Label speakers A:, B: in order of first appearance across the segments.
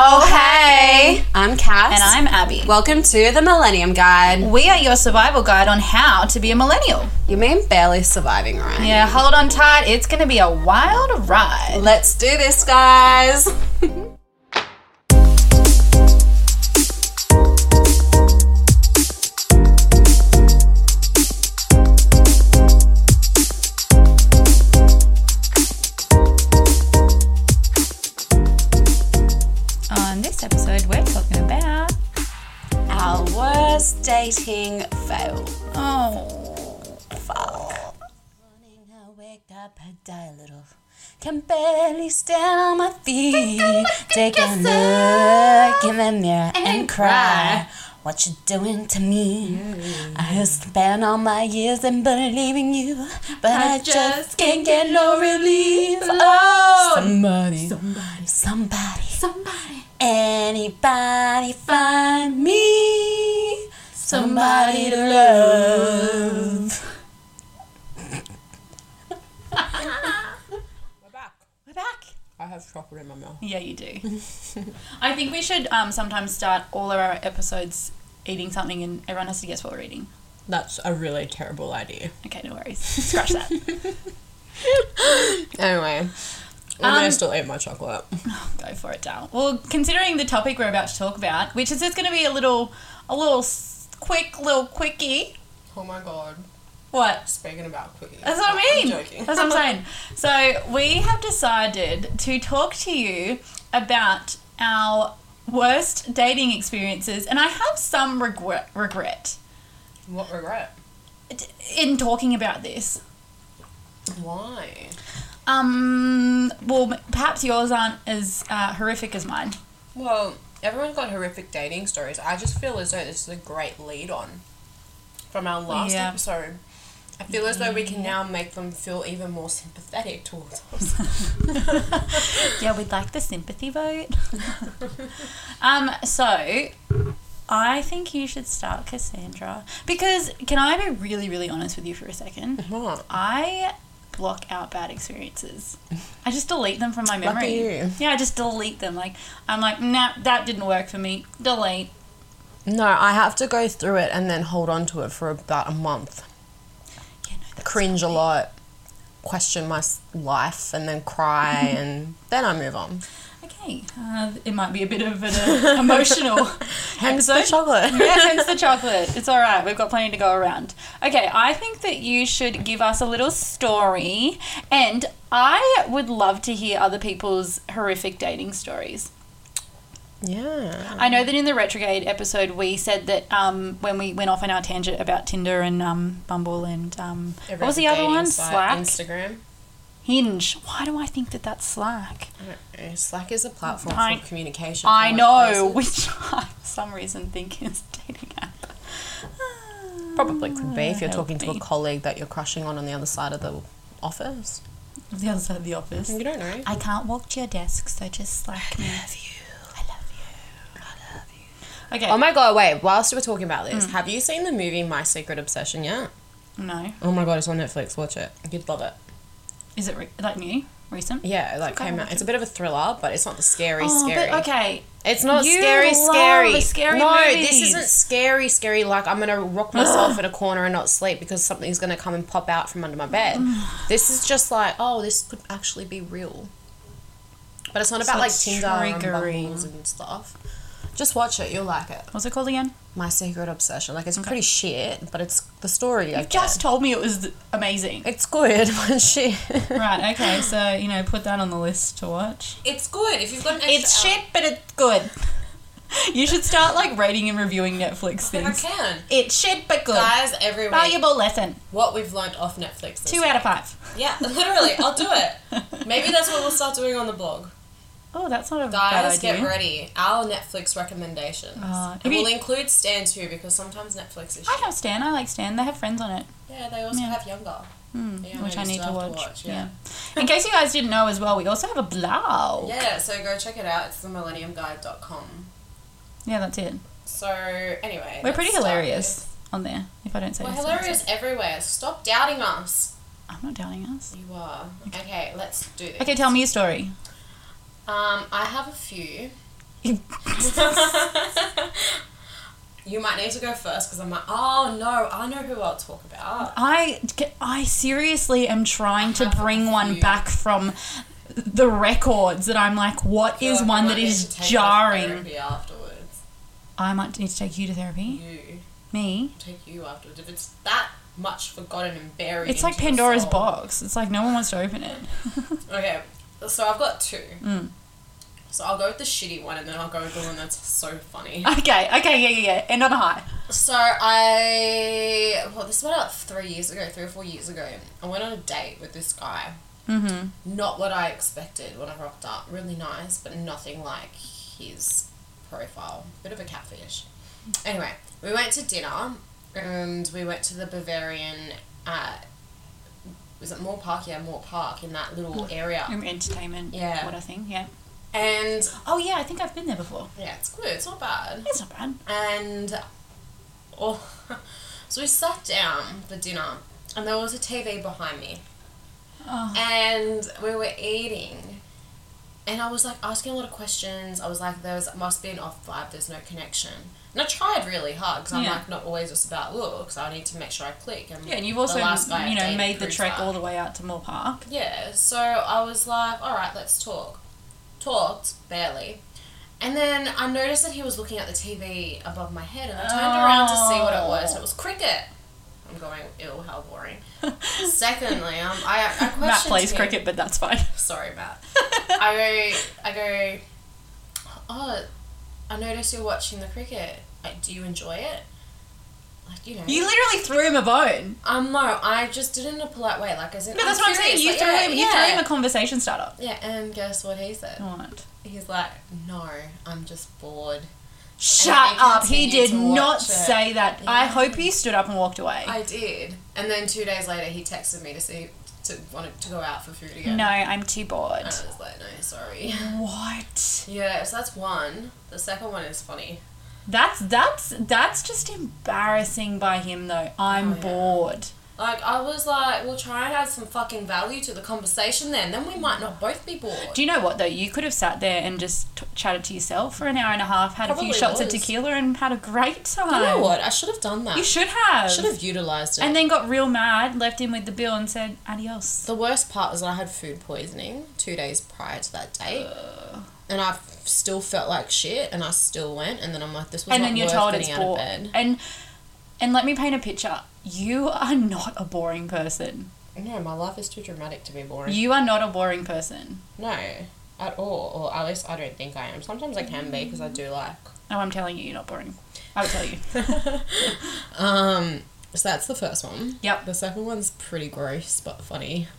A: Oh, hey.
B: I'm Cass.
A: And I'm Abby.
B: Welcome to the Millennium Guide.
A: We are your survival guide on how to be a millennial.
B: You mean barely surviving, right?
A: Yeah, hold on tight. It's going to be a wild ride.
B: Let's do this, guys.
A: On this episode, we're talking about.
B: Our worst dating fail.
A: Oh.
B: Morning, I wake up, I die a little. Can barely stand on my feet. Take a look in the mirror and cry. What you doing to me? I spent all my years in believing you, but I, just can't get no relief. Oh, somebody, somebody, somebody, somebody, anybody, find me somebody to love.
A: We're back.
C: I have chocolate in my mouth.
A: Yeah, you do. I think we should um, sometimes start all of our episodes eating something and everyone has to guess what we're eating.
C: That's a really terrible idea.
A: Okay, no worries. Scratch that.
C: Anyway, I'm gonna still eat my chocolate.
A: Um, Go for it, Dal. Well, considering the topic we're about to talk about, which is just going to be a little, a little s- quick, little quickie.
C: Oh my god.
A: What?
C: Speaking about cookies.
A: That's what I mean.
C: I'm joking.
A: That's what I'm saying. So we have decided to talk to you about our worst dating experiences, and I have some regret, regret
C: What regret?
A: in talking about this.
C: Why?
A: Um, well, m- perhaps yours aren't as uh, horrific as mine.
C: Well, everyone's got horrific dating stories. I just feel as though this is a great lead on from our last
A: Yeah.
C: episode. I feel as though we can now make them feel even more sympathetic towards us.
A: Yeah, we'd like the sympathy vote. um, so I think you should start, Cassandra, because can I be really, really honest with you for a second?
C: What?
A: I block out bad experiences. I just delete them from my memory.
C: you.
A: Yeah, I just delete them. Like I'm like, nah, that didn't work for me. Delete.
C: No, I have to go through it and then hold on to it for about a month.
A: Yeah, no, that's
C: Cringe a lot, question my s- life, and then cry, and then I move on.
A: okay. Uh, it might be a bit of an uh, emotional.
C: Hence the chocolate.
A: yeah, hence the chocolate. It's all right. We've got plenty to go around. Okay, I think that you should give us a little story, and I would love to hear other people's horrific dating stories.
C: Yeah.
A: I know that in the retrograde episode, we said that um, when we went off on our tangent about Tinder and um, Bumble and um, what was the other one? Slack,
C: Instagram.
A: Hinge. Why do I think that that's Slack?
C: Slack is a platform
A: I-
C: for communication. for
A: I know,
C: workplaces.
A: which I, for some reason, think is a dating app.
C: Probably could be if you're
A: Ah, Help
C: talking to
A: me.
C: a colleague that you're crushing on on the other side of the office.
A: The other side of the office.
C: You don't know.
A: I can't walk to your desk, so just slack me. I love you. I love you. I love you. Okay.
C: Oh my god, wait, whilst we're talking about
A: Hmm.
C: this, have you seen the movie My Secret Obsession yet?
A: no.
C: Oh my god, it's on Netflix, watch it. You'd love it.
A: Is it re- like new? Recent?
C: Yeah, it like
A: Okay,
C: came
A: I'll
C: out.
A: watch
C: It's a bit of a thriller, but it's not the scary,
A: Oh,
C: scary.
A: but okay.
C: It's not
A: You
C: scary,
A: love
C: scary.
A: the scary
C: no, this
A: movies.
C: isn't scary, scary. Like I'm gonna rock myself in a corner and not sleep because something's gonna come and pop out from under my bed. this is just like, oh, this could actually be real. But it's not about
A: not
C: like Tinder and
A: triggering.
C: Bumbles and stuff. Just watch it. You'll like it.
A: What's it called again?
C: My Secret Obsession. Like, it's pretty shit, but it's the story. I
A: You've just
C: just.
A: told me it was th- amazing.
C: It's good, but shit.
A: right, okay, so, you know, put that on the list to watch.
C: It's good. If you've got an extra
A: It's shit, but it's good. You should start, like, rating and reviewing Netflix
C: hour- I
A: things.
C: can.
A: It's shit, but good.
C: Guys, every week,
A: Valuable lesson.
C: what we've learned off Netflix. this
A: Two
C: week.
A: out of five.
C: Yeah, literally. I'll do it. Maybe that's what we'll start doing on the blog.
A: Oh, that's not a
C: Guys,
A: bad idea.
C: get ready. Our Netflix recommendations.
A: Uh,
C: and
A: have you-
C: we'll include Stan too because sometimes Netflix is
A: I
C: shit.
A: have Stan. I like Stan. They have friends on it,
C: Yeah, they also
A: Yeah.
C: have Younger. Yeah,
A: which
C: no,
A: I
C: you
A: need
C: still
A: to
C: have
A: watch. yeah. In case you guys didn't know as well, we also have a blog.
C: yeah. so go check it out. It's themillenniumguide.com.
A: Yeah, that's it.
C: So, anyway.
A: We're
C: let's
A: pretty
C: start
A: hilarious on there, if I don't say
C: with- We're
A: this
C: hilarious everywhere. Stop doubting us.
A: I'm not doubting us.
C: You are. Okay, let's do this.
A: Okay, tell me a story.
C: Um, I have a few. you might need to go first because I'm like, oh no, I know who I'll talk about.
A: I, I seriously am trying to
C: have
A: bring
C: a
A: one
C: few.
A: back from the records that I'm like, what is one that is jarring?
C: Afterwards,
A: I might need to take you to therapy.
C: you
A: Me?
C: take you afterwards. If it's that much forgotten and buried,
A: It's like
C: into your
A: Pandora's
C: soul.
A: box. It's like no one wants to open it.
C: Okay, so I've got two.
A: Mm.
C: So I'll go with the shitty one, and then I'll go with the one that's so funny.
A: Okay, okay, yeah, yeah, yeah. End on a high.
C: So I well, this is about three years ago, three or four years ago. I went on a date with this guy. Mm-hmm. Not what I expected when I rocked up. Really nice, but nothing like his profile. Bit of a catfish. Anyway, we went to dinner, and we went to the Bavarian. Uh, was it Moore Park? Yeah, Moore Park in that little Mm. area.
A: Entertainment.
C: Yeah.
A: What a thing. Yeah.
C: And
A: Oh yeah, I think I've been there before.
C: yeah, it's good. It's not bad.
A: It's not bad.
C: and oh, so we sat down for dinner, and there was a TV behind me,
A: Oh.
C: and we were eating, and I was like asking a lot of questions. I was like, "There's must be an off vibe. There's no connection." And I tried really hard because I'm
A: Yeah.
C: like not always just about looks. I need to make sure I click. And
A: Yeah, and you've also
C: the last guy I
A: you know
C: dated
A: made the
C: proves
A: trek
C: that.
A: all the way out to Moore Park.
C: Yeah, so I was like, all right, let's talk. Talked, barely. And then I noticed that he was looking at the TV above my head, and I turned around to see what it was, and it was cricket. I'm going, ew, how boring. Secondly, um, I, I questioned
A: Matt plays
C: him.
A: cricket, but that's fine.
C: Sorry, Matt. I go, I go, oh, I noticed you're watching the cricket. Like, do you enjoy it? Like, you know.
A: You literally threw him a bone.
C: um, no, I just did it in a polite way. Like, as in,
A: No, that's
C: I'm
A: what I'm saying.
C: curious,
A: You
C: like,
A: threw
C: yeah,
A: him. You
C: yeah.
A: threw him a conversation starter.
C: Yeah, and guess what he said?
A: What?
C: He's like, no, I'm just bored.
A: Shut
C: they
A: up! He
C: continue
A: did
C: to watch
A: not
C: it.
A: say that. I
C: Yeah.
A: hope he stood up and walked away.
C: I did. And then two days later, he texted me to see, to want to go out for food again.
A: no, I'm too bored.
C: And I was like, no, sorry.
A: What?
C: Yeah, so that's one. The second one is funny.
A: That's that's that's just embarrassing by him though. I'm
C: Oh, yeah.
A: bored.
C: Like, I was like, we'll try and add some fucking value to the conversation then. Then we might not both be bored.
A: Do you know what though? You could have sat there and just t- chatted to yourself for an hour and a half, had a
C: Probably
A: few shots of
C: was.
A: tequila, and had a great time.
C: You know what? I should have done that.
A: You should have.
C: should have utilized it.
A: And then got real mad, left him with the bill, and said adios.
C: The worst part was I had food poisoning two days prior to that date, and I f- still felt like shit, and I still went. And then I'm like, this was
A: and
C: not
A: then you're
C: worth
A: told it's
C: getting out
A: bored.
C: of bed.
A: And and let me paint a picture. You are not a boring person.
C: No, my life is too dramatic to be boring.
A: You are not a boring person.
C: no, at all, or at least I don't think I am. Sometimes I can be because I do like.
A: No, I'm telling you, you're not boring. I would tell you.
C: Um, so that's the first one.
A: Yep.
C: The second one's pretty gross but funny.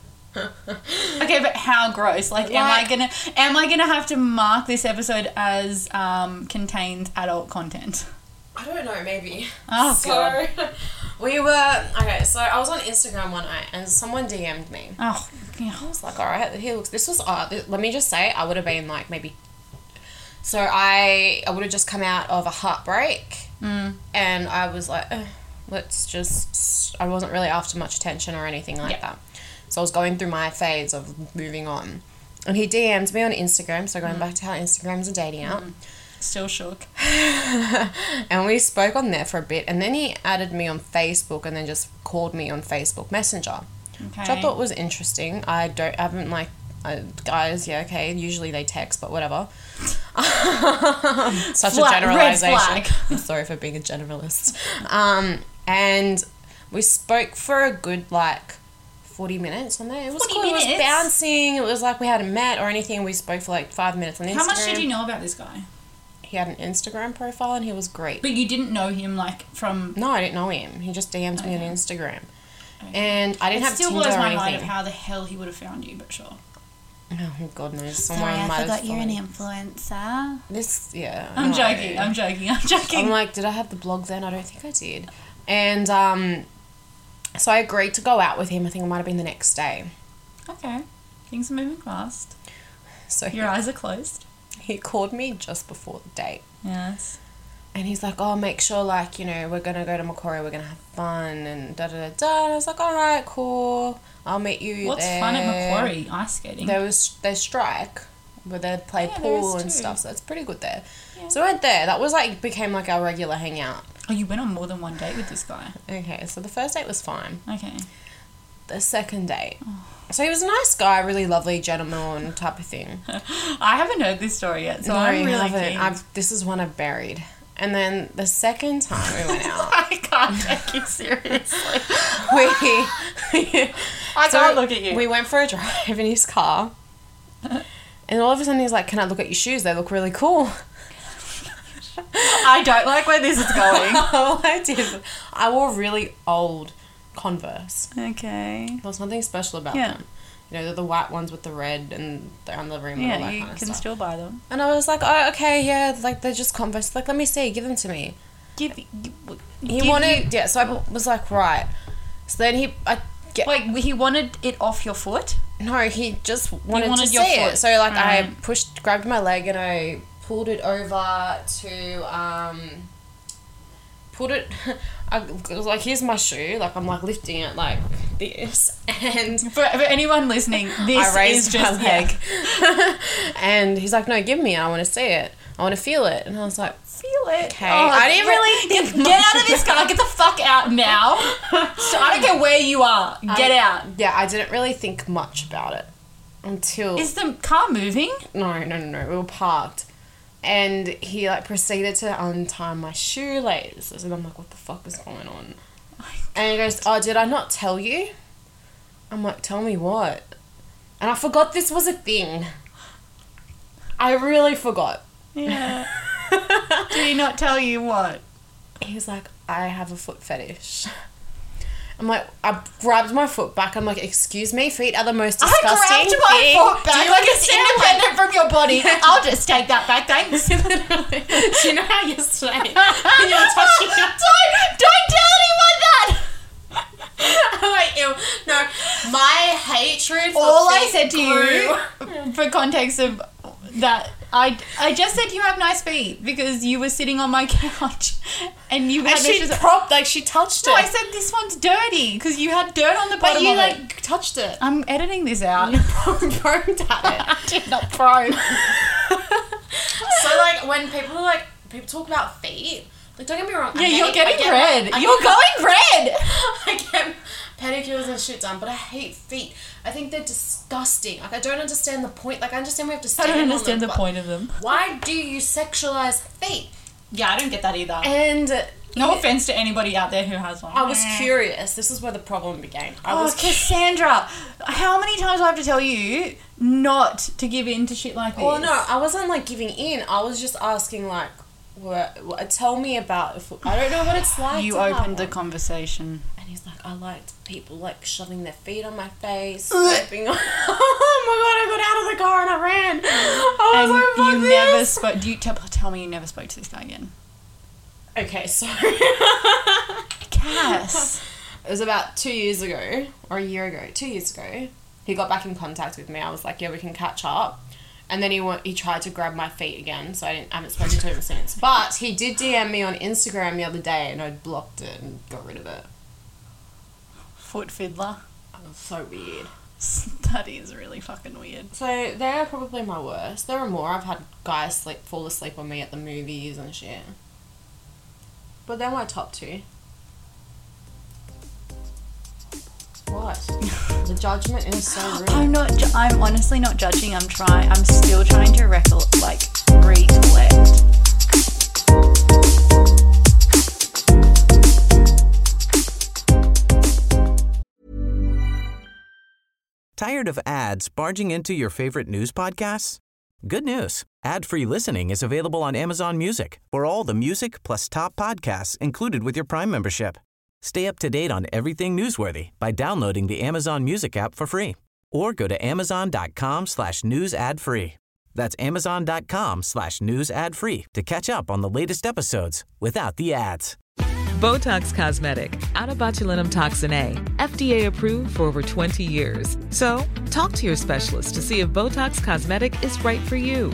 A: Okay, but how gross? Like, am I
C: Like-
A: gonna am I gonna have to mark this episode as um, contains adult content?
C: I don't know, maybe.
A: Oh,
C: so, we were okay. So I was on Instagram one night, and someone DM'd me.
A: Oh, yeah.
C: I was like, all right, he looks. This was. Uh, th- let me just say, I would have been like maybe. So I I would have just come out of a heartbreak, and I was like, "Ugh, let's just. I wasn't really after much attention or anything like
A: Yeah.
C: that. So I was going through my phase of moving on, and he DM'd me on Instagram. So going back to how Instagram's a dating app,
A: still shook.
C: and we spoke on there for a bit, and then he added me on Facebook, and then just called me on Facebook Messenger
A: Okay.
C: which I thought was interesting. I don't I haven't like I, guys, yeah, okay. Usually they text, but whatever. Such
A: Flag-
C: a
A: red
C: generalization.
A: flag.
C: I'm sorry for being a generalist. Um, and we spoke for a good like forty minutes on there. It was
A: 40
C: cool. It was
A: minutes?
C: bouncing. It was like we hadn't met or anything. We spoke for like five minutes on Instagram.
A: How much did you know about this guy?
C: He had an Instagram profile and he was great.
A: But you didn't know him like from.
C: No, I didn't know him. He just DM'd me on Instagram. And I didn't
A: It
C: have
A: still
C: Tinder
A: blows
C: or
A: my mind of
C: anything.
A: how the hell he would have found you, but sure.
C: Oh, God knows. Someone
B: Sorry,
C: might
B: I
C: have
B: forgot you're an
C: followed-
B: influencer.
C: This, yeah.
A: I'm
C: no.
A: joking. I'm joking. I'm joking.
C: I'm like, did I have the blog then? I don't think I did. And um, so I agreed to go out with him. I think it might have been the next day.
A: okay. Things are moving fast.
C: So he,
A: Your eyes are closed.
C: he called me just before the date.
A: Yes.
C: And he's like, oh, make sure, like, you know, we're going to go to Macquarie, we're going to have fun, and da da da da. And I was like, all right, cool. I'll meet you
A: What's
C: there.
A: fun at Macquarie? Ice skating.
C: There was there's strike where they play
A: Yeah, there is
C: pool and
A: too.
C: stuff, so that's pretty good there. So we went there. That was like became like our regular hangout.
A: Oh, you went on more than one date with this guy.
C: Okay, so the first date was fine.
A: Okay.
C: The second date,
A: Oh.
C: so he was a nice guy, really lovely gentleman type of thing.
A: I haven't heard this story yet, so
C: No,
A: I'm
C: you
A: really
C: haven't.
A: keen.
C: I've, this is one I've buried. And then the second time we went out,
A: I can't take you seriously.
C: we,
A: I
C: So
A: can't look at you.
C: We went for a drive in his car, and all of a sudden he's like, "Can I look at your shoes? They look really cool."
A: I don't like where this is going.
C: All Oh, I did, was- I wore really old Converse.
A: okay.
C: There was nothing special about
A: Yeah.
C: them. You know, they're the white ones with the red and they're on the rim and all
A: Yeah,
C: that
A: you
C: kind of
A: can
C: stuff.
A: still buy them.
C: and I was like, oh, okay, yeah, like they're just Converse. Like, let me see, give them to me.
A: Give, you
C: He wanted, yeah, so I was like, right. So then he, I get,
A: Wait, he wanted it off your foot?
C: no, he just wanted,
A: wanted
C: to
A: your
C: see
A: foot.
C: it. So, like, I
A: Right.
C: pushed, grabbed my leg and I pulled it over to, um, put it, I was like, here's my shoe. Like, I'm like lifting it like this. And
A: For, for anyone listening, this
C: I
A: is
C: raised
A: just
C: my leg. and he's like, no, give me it. I want to see it. I want to feel it. And I was like, "Oh,
A: Feel it.
C: Okay, I didn't really
A: Get,
C: think
A: get
C: much
A: out of this car. Get the fuck out now. So I don't care where you are. Get
C: I-
A: out.
C: yeah, I didn't really think much about it until
A: Is the car moving?
C: no, no, no, no. We were parked. And he like proceeded to untie my shoelaces, and I'm like, "What the fuck is going on?" And he goes, "Oh, did I not tell you?" I'm like, "Tell me what?" And I forgot this was a thing. I really forgot.
A: Yeah. Did he not tell you what?
C: He's like, I have a foot fetish. I'm like, I grabbed my foot back. I'm like, excuse me, feet are the most
A: I
C: disgusting
A: grabbed my
C: thing.
A: foot
C: Do
A: back
C: you
A: like it's
C: understand?
A: independent from your body. I'll just take that back, thanks.
C: Do you know how you say?
A: don't,
C: it? You're touching your
A: don't tell anyone that.
C: I'm like, ew. No, my hatred. For
A: All I
C: feet
A: said to
C: grew.
A: you, for context of that, I, I just said you have nice feet because you were sitting on my couch and you had those
C: and she
A: shoes-
C: propped like she touched
A: No, Oh, I
C: it.
A: said this one's dirty because you had dirt on the bottom.
C: but you
A: of
C: like
A: it.
C: touched it.
A: I'm editing this out.
C: Probed at it.
A: did not probe.
C: so like when people are like people talk about feet, like don't get me wrong. I
A: Yeah,
C: hate-
A: you're
C: I
A: getting
C: get-
A: red.
C: I
A: You're
C: get-
A: going red.
C: I get pedicures and shit done, but I hate feet. I think they're disgusting. Like I don't understand the point. Like I understand we have to.
A: I
C: Stand
A: don't
C: on
A: understand the
C: them, but
A: point of them.
C: Why do you sexualize feet?
A: Yeah, I don't get that either.
C: And
A: No offense to anybody out there who has one.
C: I was curious. This is where the problem began. I
A: Oh,
C: was
A: Cassandra, how many times do I have to tell you not to give in to shit like this?
C: Well, no, I wasn't like giving in. I was just asking like, what, what, tell me about. If, I don't know what it's like.
A: You
C: to have
A: opened the
C: one.
A: conversation.
C: And he's like, I liked people like shoving their feet on my face. slapping on. oh my god! I got out of the car and I ran. I was
A: And
C: like, fuck
A: you
C: this.
A: never spoke. Do you tell, tell me you never spoke to this guy again?
C: Okay, so
A: Cass.
C: it was about two years ago or a year ago. Two years ago, he got back in contact with me. I was like, yeah, we can catch up. And then he wa- he tried to grab my feet again, so I didn't I haven't spoken to him since. But he did DM me on Instagram the other day, and I blocked it and got rid of it.
A: Foot fiddler. Oh,
C: So weird.
A: That is really fucking weird.
C: So they are probably my worst. There are more. I've had guys sleep fall asleep on me at the movies and shit. But they're my top two. What? judged. The judgment is so rude.
A: I'm not. Ju- I'm honestly not judging. I'm trying. I'm still trying to recollect, like recollect.
D: Tired of ads barging into your favorite news podcasts? Good news. Ad-free listening is available on Amazon Music. For all the music plus top podcasts included with your Prime membership. Stay up to date on everything newsworthy by downloading the Amazon Music app for free or go to amazon.com slash news ad free. That's amazon.com slash news ad free to catch up on the latest episodes without the ads.
E: Botox Cosmetic, out of botulinum toxin A, FDA approved for over 20 years. So, talk to your specialist to see if Botox Cosmetic is right for you.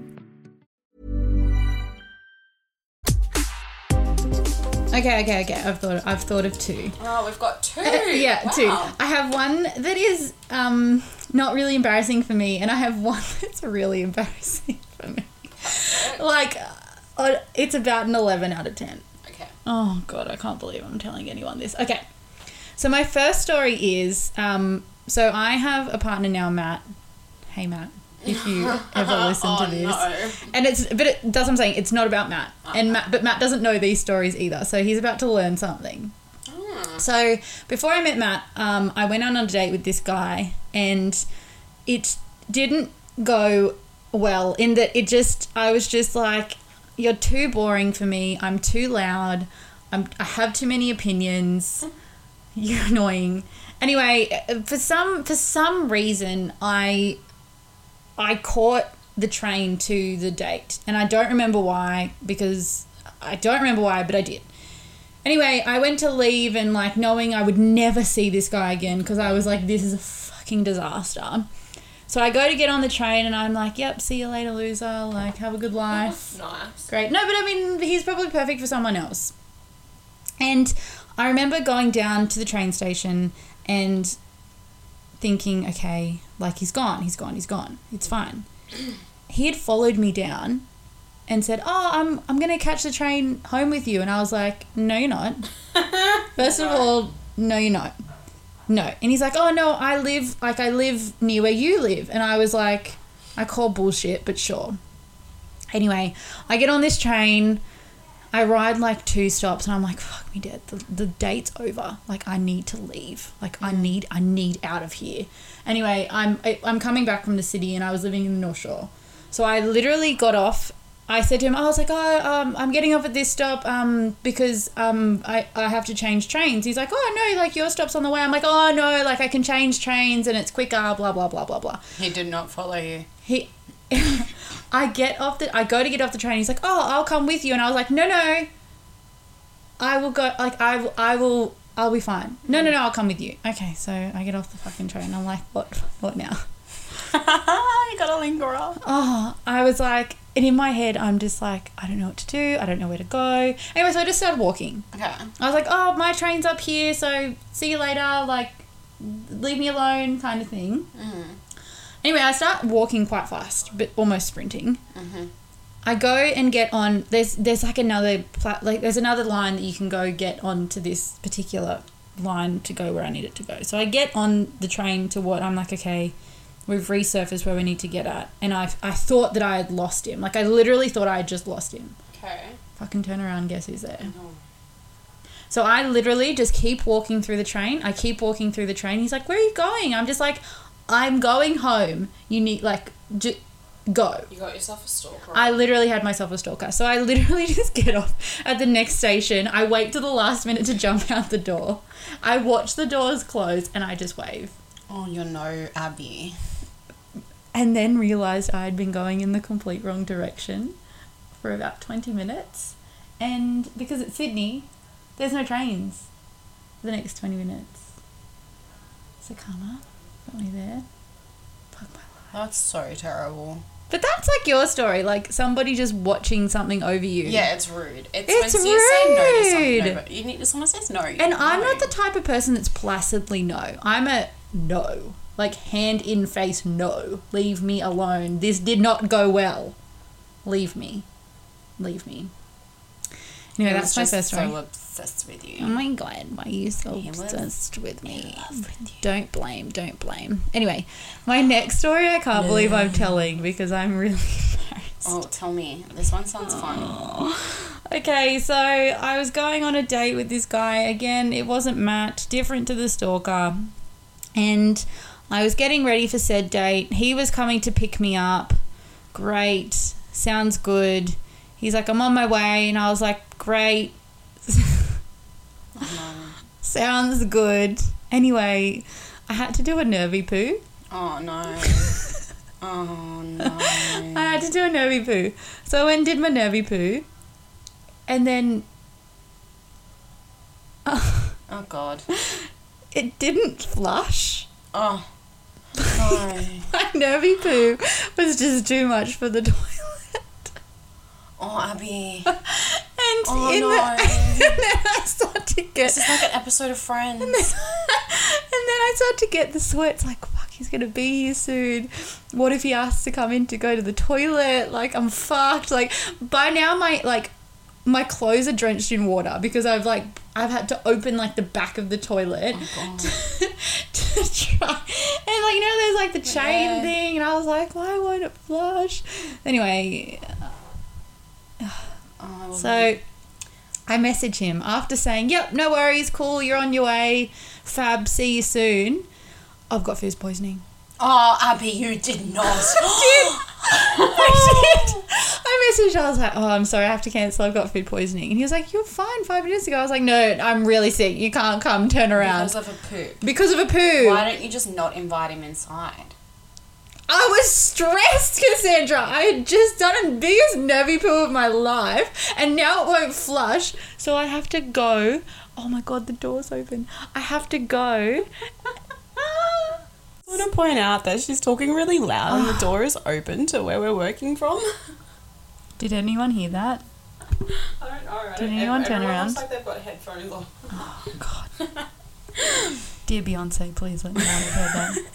F: Okay, okay, okay. I've thought I've thought of two.
C: Oh, we've got two.
F: yeah,
C: wow.
F: two. I have one that is um, not really embarrassing for me, and I have one that's really embarrassing for me. Like, uh, it's about an eleven out of ten.
C: Okay.
F: Oh god, I can't believe I'm telling anyone this. Okay, so my first story is um, so I have a partner now, Matt. Hey, Matt, if you ever listen
C: Oh,
F: to this,
C: no. Uh-uh.
F: and it's but it, that's what I'm saying. It's not about Matt, and Matt, but Matt doesn't know these stories either, so he's about to learn something.
C: Hmm.
F: So before I met Matt, um, I went on a date with this guy, and it didn't go well. In that, it just I was just like, "You're too boring for me. I'm too loud. I'm, I have too many opinions. You're annoying." Anyway, uh, for some for some reason, I I caught the train to the date, and I don't remember why because I don't remember why, but I did. Anyway, I went to leave and like knowing I would never see this guy again because I was like, this is a fucking disaster. So I go to get on the train and I'm like, yep, see you later, loser. Like, have a good life.
C: Nice.
F: Great. No, but I mean, he's probably perfect for someone else. And I remember going down to the train station and thinking, okay, like he's gone, he's gone, he's gone. It's fine. He had followed me down and said, "Oh, I'm I'm going to catch the train home with you." And I was like, "No, you're not." First of all, no, you're not. No. And he's like, "Oh, no, I live like I live near where you live." And I was like, I call bullshit, but sure. Anyway, I get on this train. I ride like two stops and I'm like, fuck me dead. The, the date's over. Like I need to leave. Like I need I need out of here. Anyway, I'm I, I'm coming back from the city and I was living in the North Shore, so I literally got off. I said to him, I was like, oh, um, I'm getting off at this stop um, because um, I, I have to change trains. He's like, oh, no, like your stop's on the way. I'm like, oh, no, like I can change trains and it's quicker, blah, blah, blah, blah, blah
A: He did not follow you.
F: he I get off the I go to get off the train. He's like, "Oh, I'll come with you." And I was like, "No, no. I will go like I will- I will I'll be fine." "No, no, no, I'll come with you." Okay, so I get off the fucking train. I'm like, "What what now?"
A: you gotta linger up.
F: Oh, I was like, and in my head, I'm just like, I don't know what to do. I don't know where to go. Anyway, so I just started walking.
A: Okay.
F: I was like, "Oh, my train's up here, so see you later." Like, leave me alone, kind of thing. Anyway, I start walking quite fast, but almost sprinting. I go and get on. There's there's like another pla- like there's another line that you can go get onto this particular line to go where I need it to go. So I get on the train to what I'm like, okay, we've resurfaced where we need to get at, and I I thought that I had lost him. Like I literally thought I had just lost him.
C: Okay.
F: Fucking turn around, guess who's there? So I literally just keep walking through the train. I keep walking through the train. He's like, "Where are you going?" I'm just like, "I'm going home. You need like, j- go."
C: You got yourself a stalker.
F: I literally had myself a stalker. So I literally just get off at the next station. I wait to the last minute to jump out the door. I watch the doors close and I just wave.
A: Oh, you're no Abby.
F: And then realized I had been going in the complete wrong direction for about 20 minutes. And because it's Sydney, there's no trains for the next 20 minutes. So karma got me there. Fuck my life.
A: That's so terrible.
F: But that's like your story, like somebody just watching something over you.
C: Yeah, it's rude. It's,
F: It's
C: when you say no to
F: rude.
C: something. No, but you need someone says no.
F: And I'm not the type of person that's placidly no. I'm a no. Like hand in face no. Leave me alone. This did not go well. Leave me. Leave me. Anyway, that's my first story.
C: So obsessed with
F: Oh
C: you.
F: my god, why are you so
C: He was
F: obsessed with me? Don't blame, don't blame. Anyway, my next story I can't believe I'm telling because I'm really embarrassed.
A: Oh, tell me. This one sounds fun.
F: Okay, so I was going on a date with this guy. Again, it wasn't Matt, different to the stalker. And I was getting ready for said date. He was coming to pick me up. Great. Sounds good. He's like, I'm on my way. And I was like, great. Sounds good. Anyway, I had to do a nervy poo.
A: Oh no. oh no.
F: I had to do a nervy poo. So I went and did my nervy poo. And then
A: Oh god.
F: it didn't flush.
A: Oh. No.
F: My nervy poo was just too much for the toilet.
A: Oh, Abby.
F: And
A: Oh,
F: in
A: no.
F: the, and then I start to get
A: This is like an episode of Friends.
F: and then I start to get the sweats like fuck he's gonna be here soon. What if he asks to come in to go to the toilet? Like I'm fucked. Like by now my like my clothes are drenched in water because I've like I've had to open like the back of the toilet to, to try and like you know there's like the chain thing and I was like why won't it flush? Anyway, uh, so I message him after saying, Yep, no worries, cool, you're on your way, fab, see you soon. I've got food poisoning.
A: Oh, Abby, you did not.
F: I did. I messaged, I was like, Oh, I'm sorry, I have to cancel, I've got food poisoning. And he was like, You're fine five minutes ago. I was like, No, I'm really sick, you can't come, turn around.
A: because of a poop.
F: Because of a poo.
A: Why don't you just not invite him inside?
F: I was stressed, Cassandra. I had just done the biggest nervy poo of my life, and now it won't flush. So I have to go. Oh my god, the door's open. I have to go.
C: I want to point out that she's talking really loud and the door is open to where we're working from.
F: Did anyone hear that?
C: I don't know. I
F: Did
C: don't-
F: anyone
C: ev-
F: turn
C: everyone looks like
F: around?
C: they've got headphones on.
F: Dear Beyonce, please let me know if you heard that.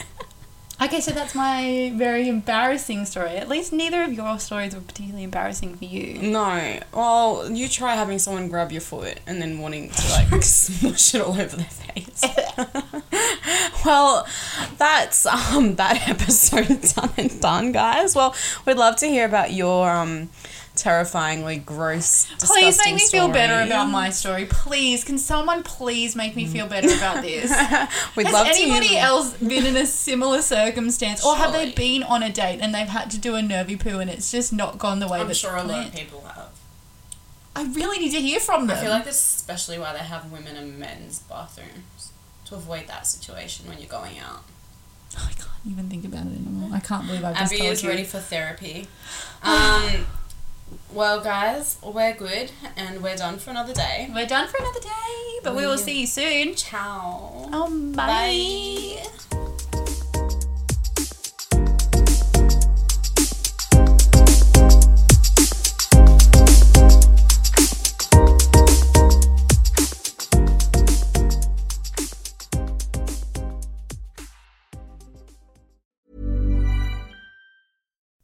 F: Okay, so that's my very embarrassing story. At least neither of your stories were particularly embarrassing for you.
C: No. Well, you try having someone grab your foot and then wanting to like smush it all over their face. well, that's um that episode done and done, guys. Well, we'd love to hear about your um terrifyingly gross.
F: Please
C: disgusting
F: make me feel better
C: story.
F: about my story. Please, can someone please make me feel better about this?
C: We'd
F: Has
C: love to
F: anybody
C: hear
F: else been in a similar circumstance, or have they been on a date and they've had to do a nervy poo and it's just not gone the way
C: I'm
F: that's
C: sure a lot of
F: planned?
C: people have.
F: I really need to hear from them.
C: I feel like this is especially why they have women in men's bathrooms to avoid that situation when you're going out.
F: Oh, I can't even think about it anymore. I can't believe I've just
C: Abby
F: told
C: is
F: you.
C: ready for therapy. Um, well, guys, we're good and we're done for another day.
F: We're done for another day, but we will see you soon.
C: Ciao.
F: Oh, bye.
C: Bye.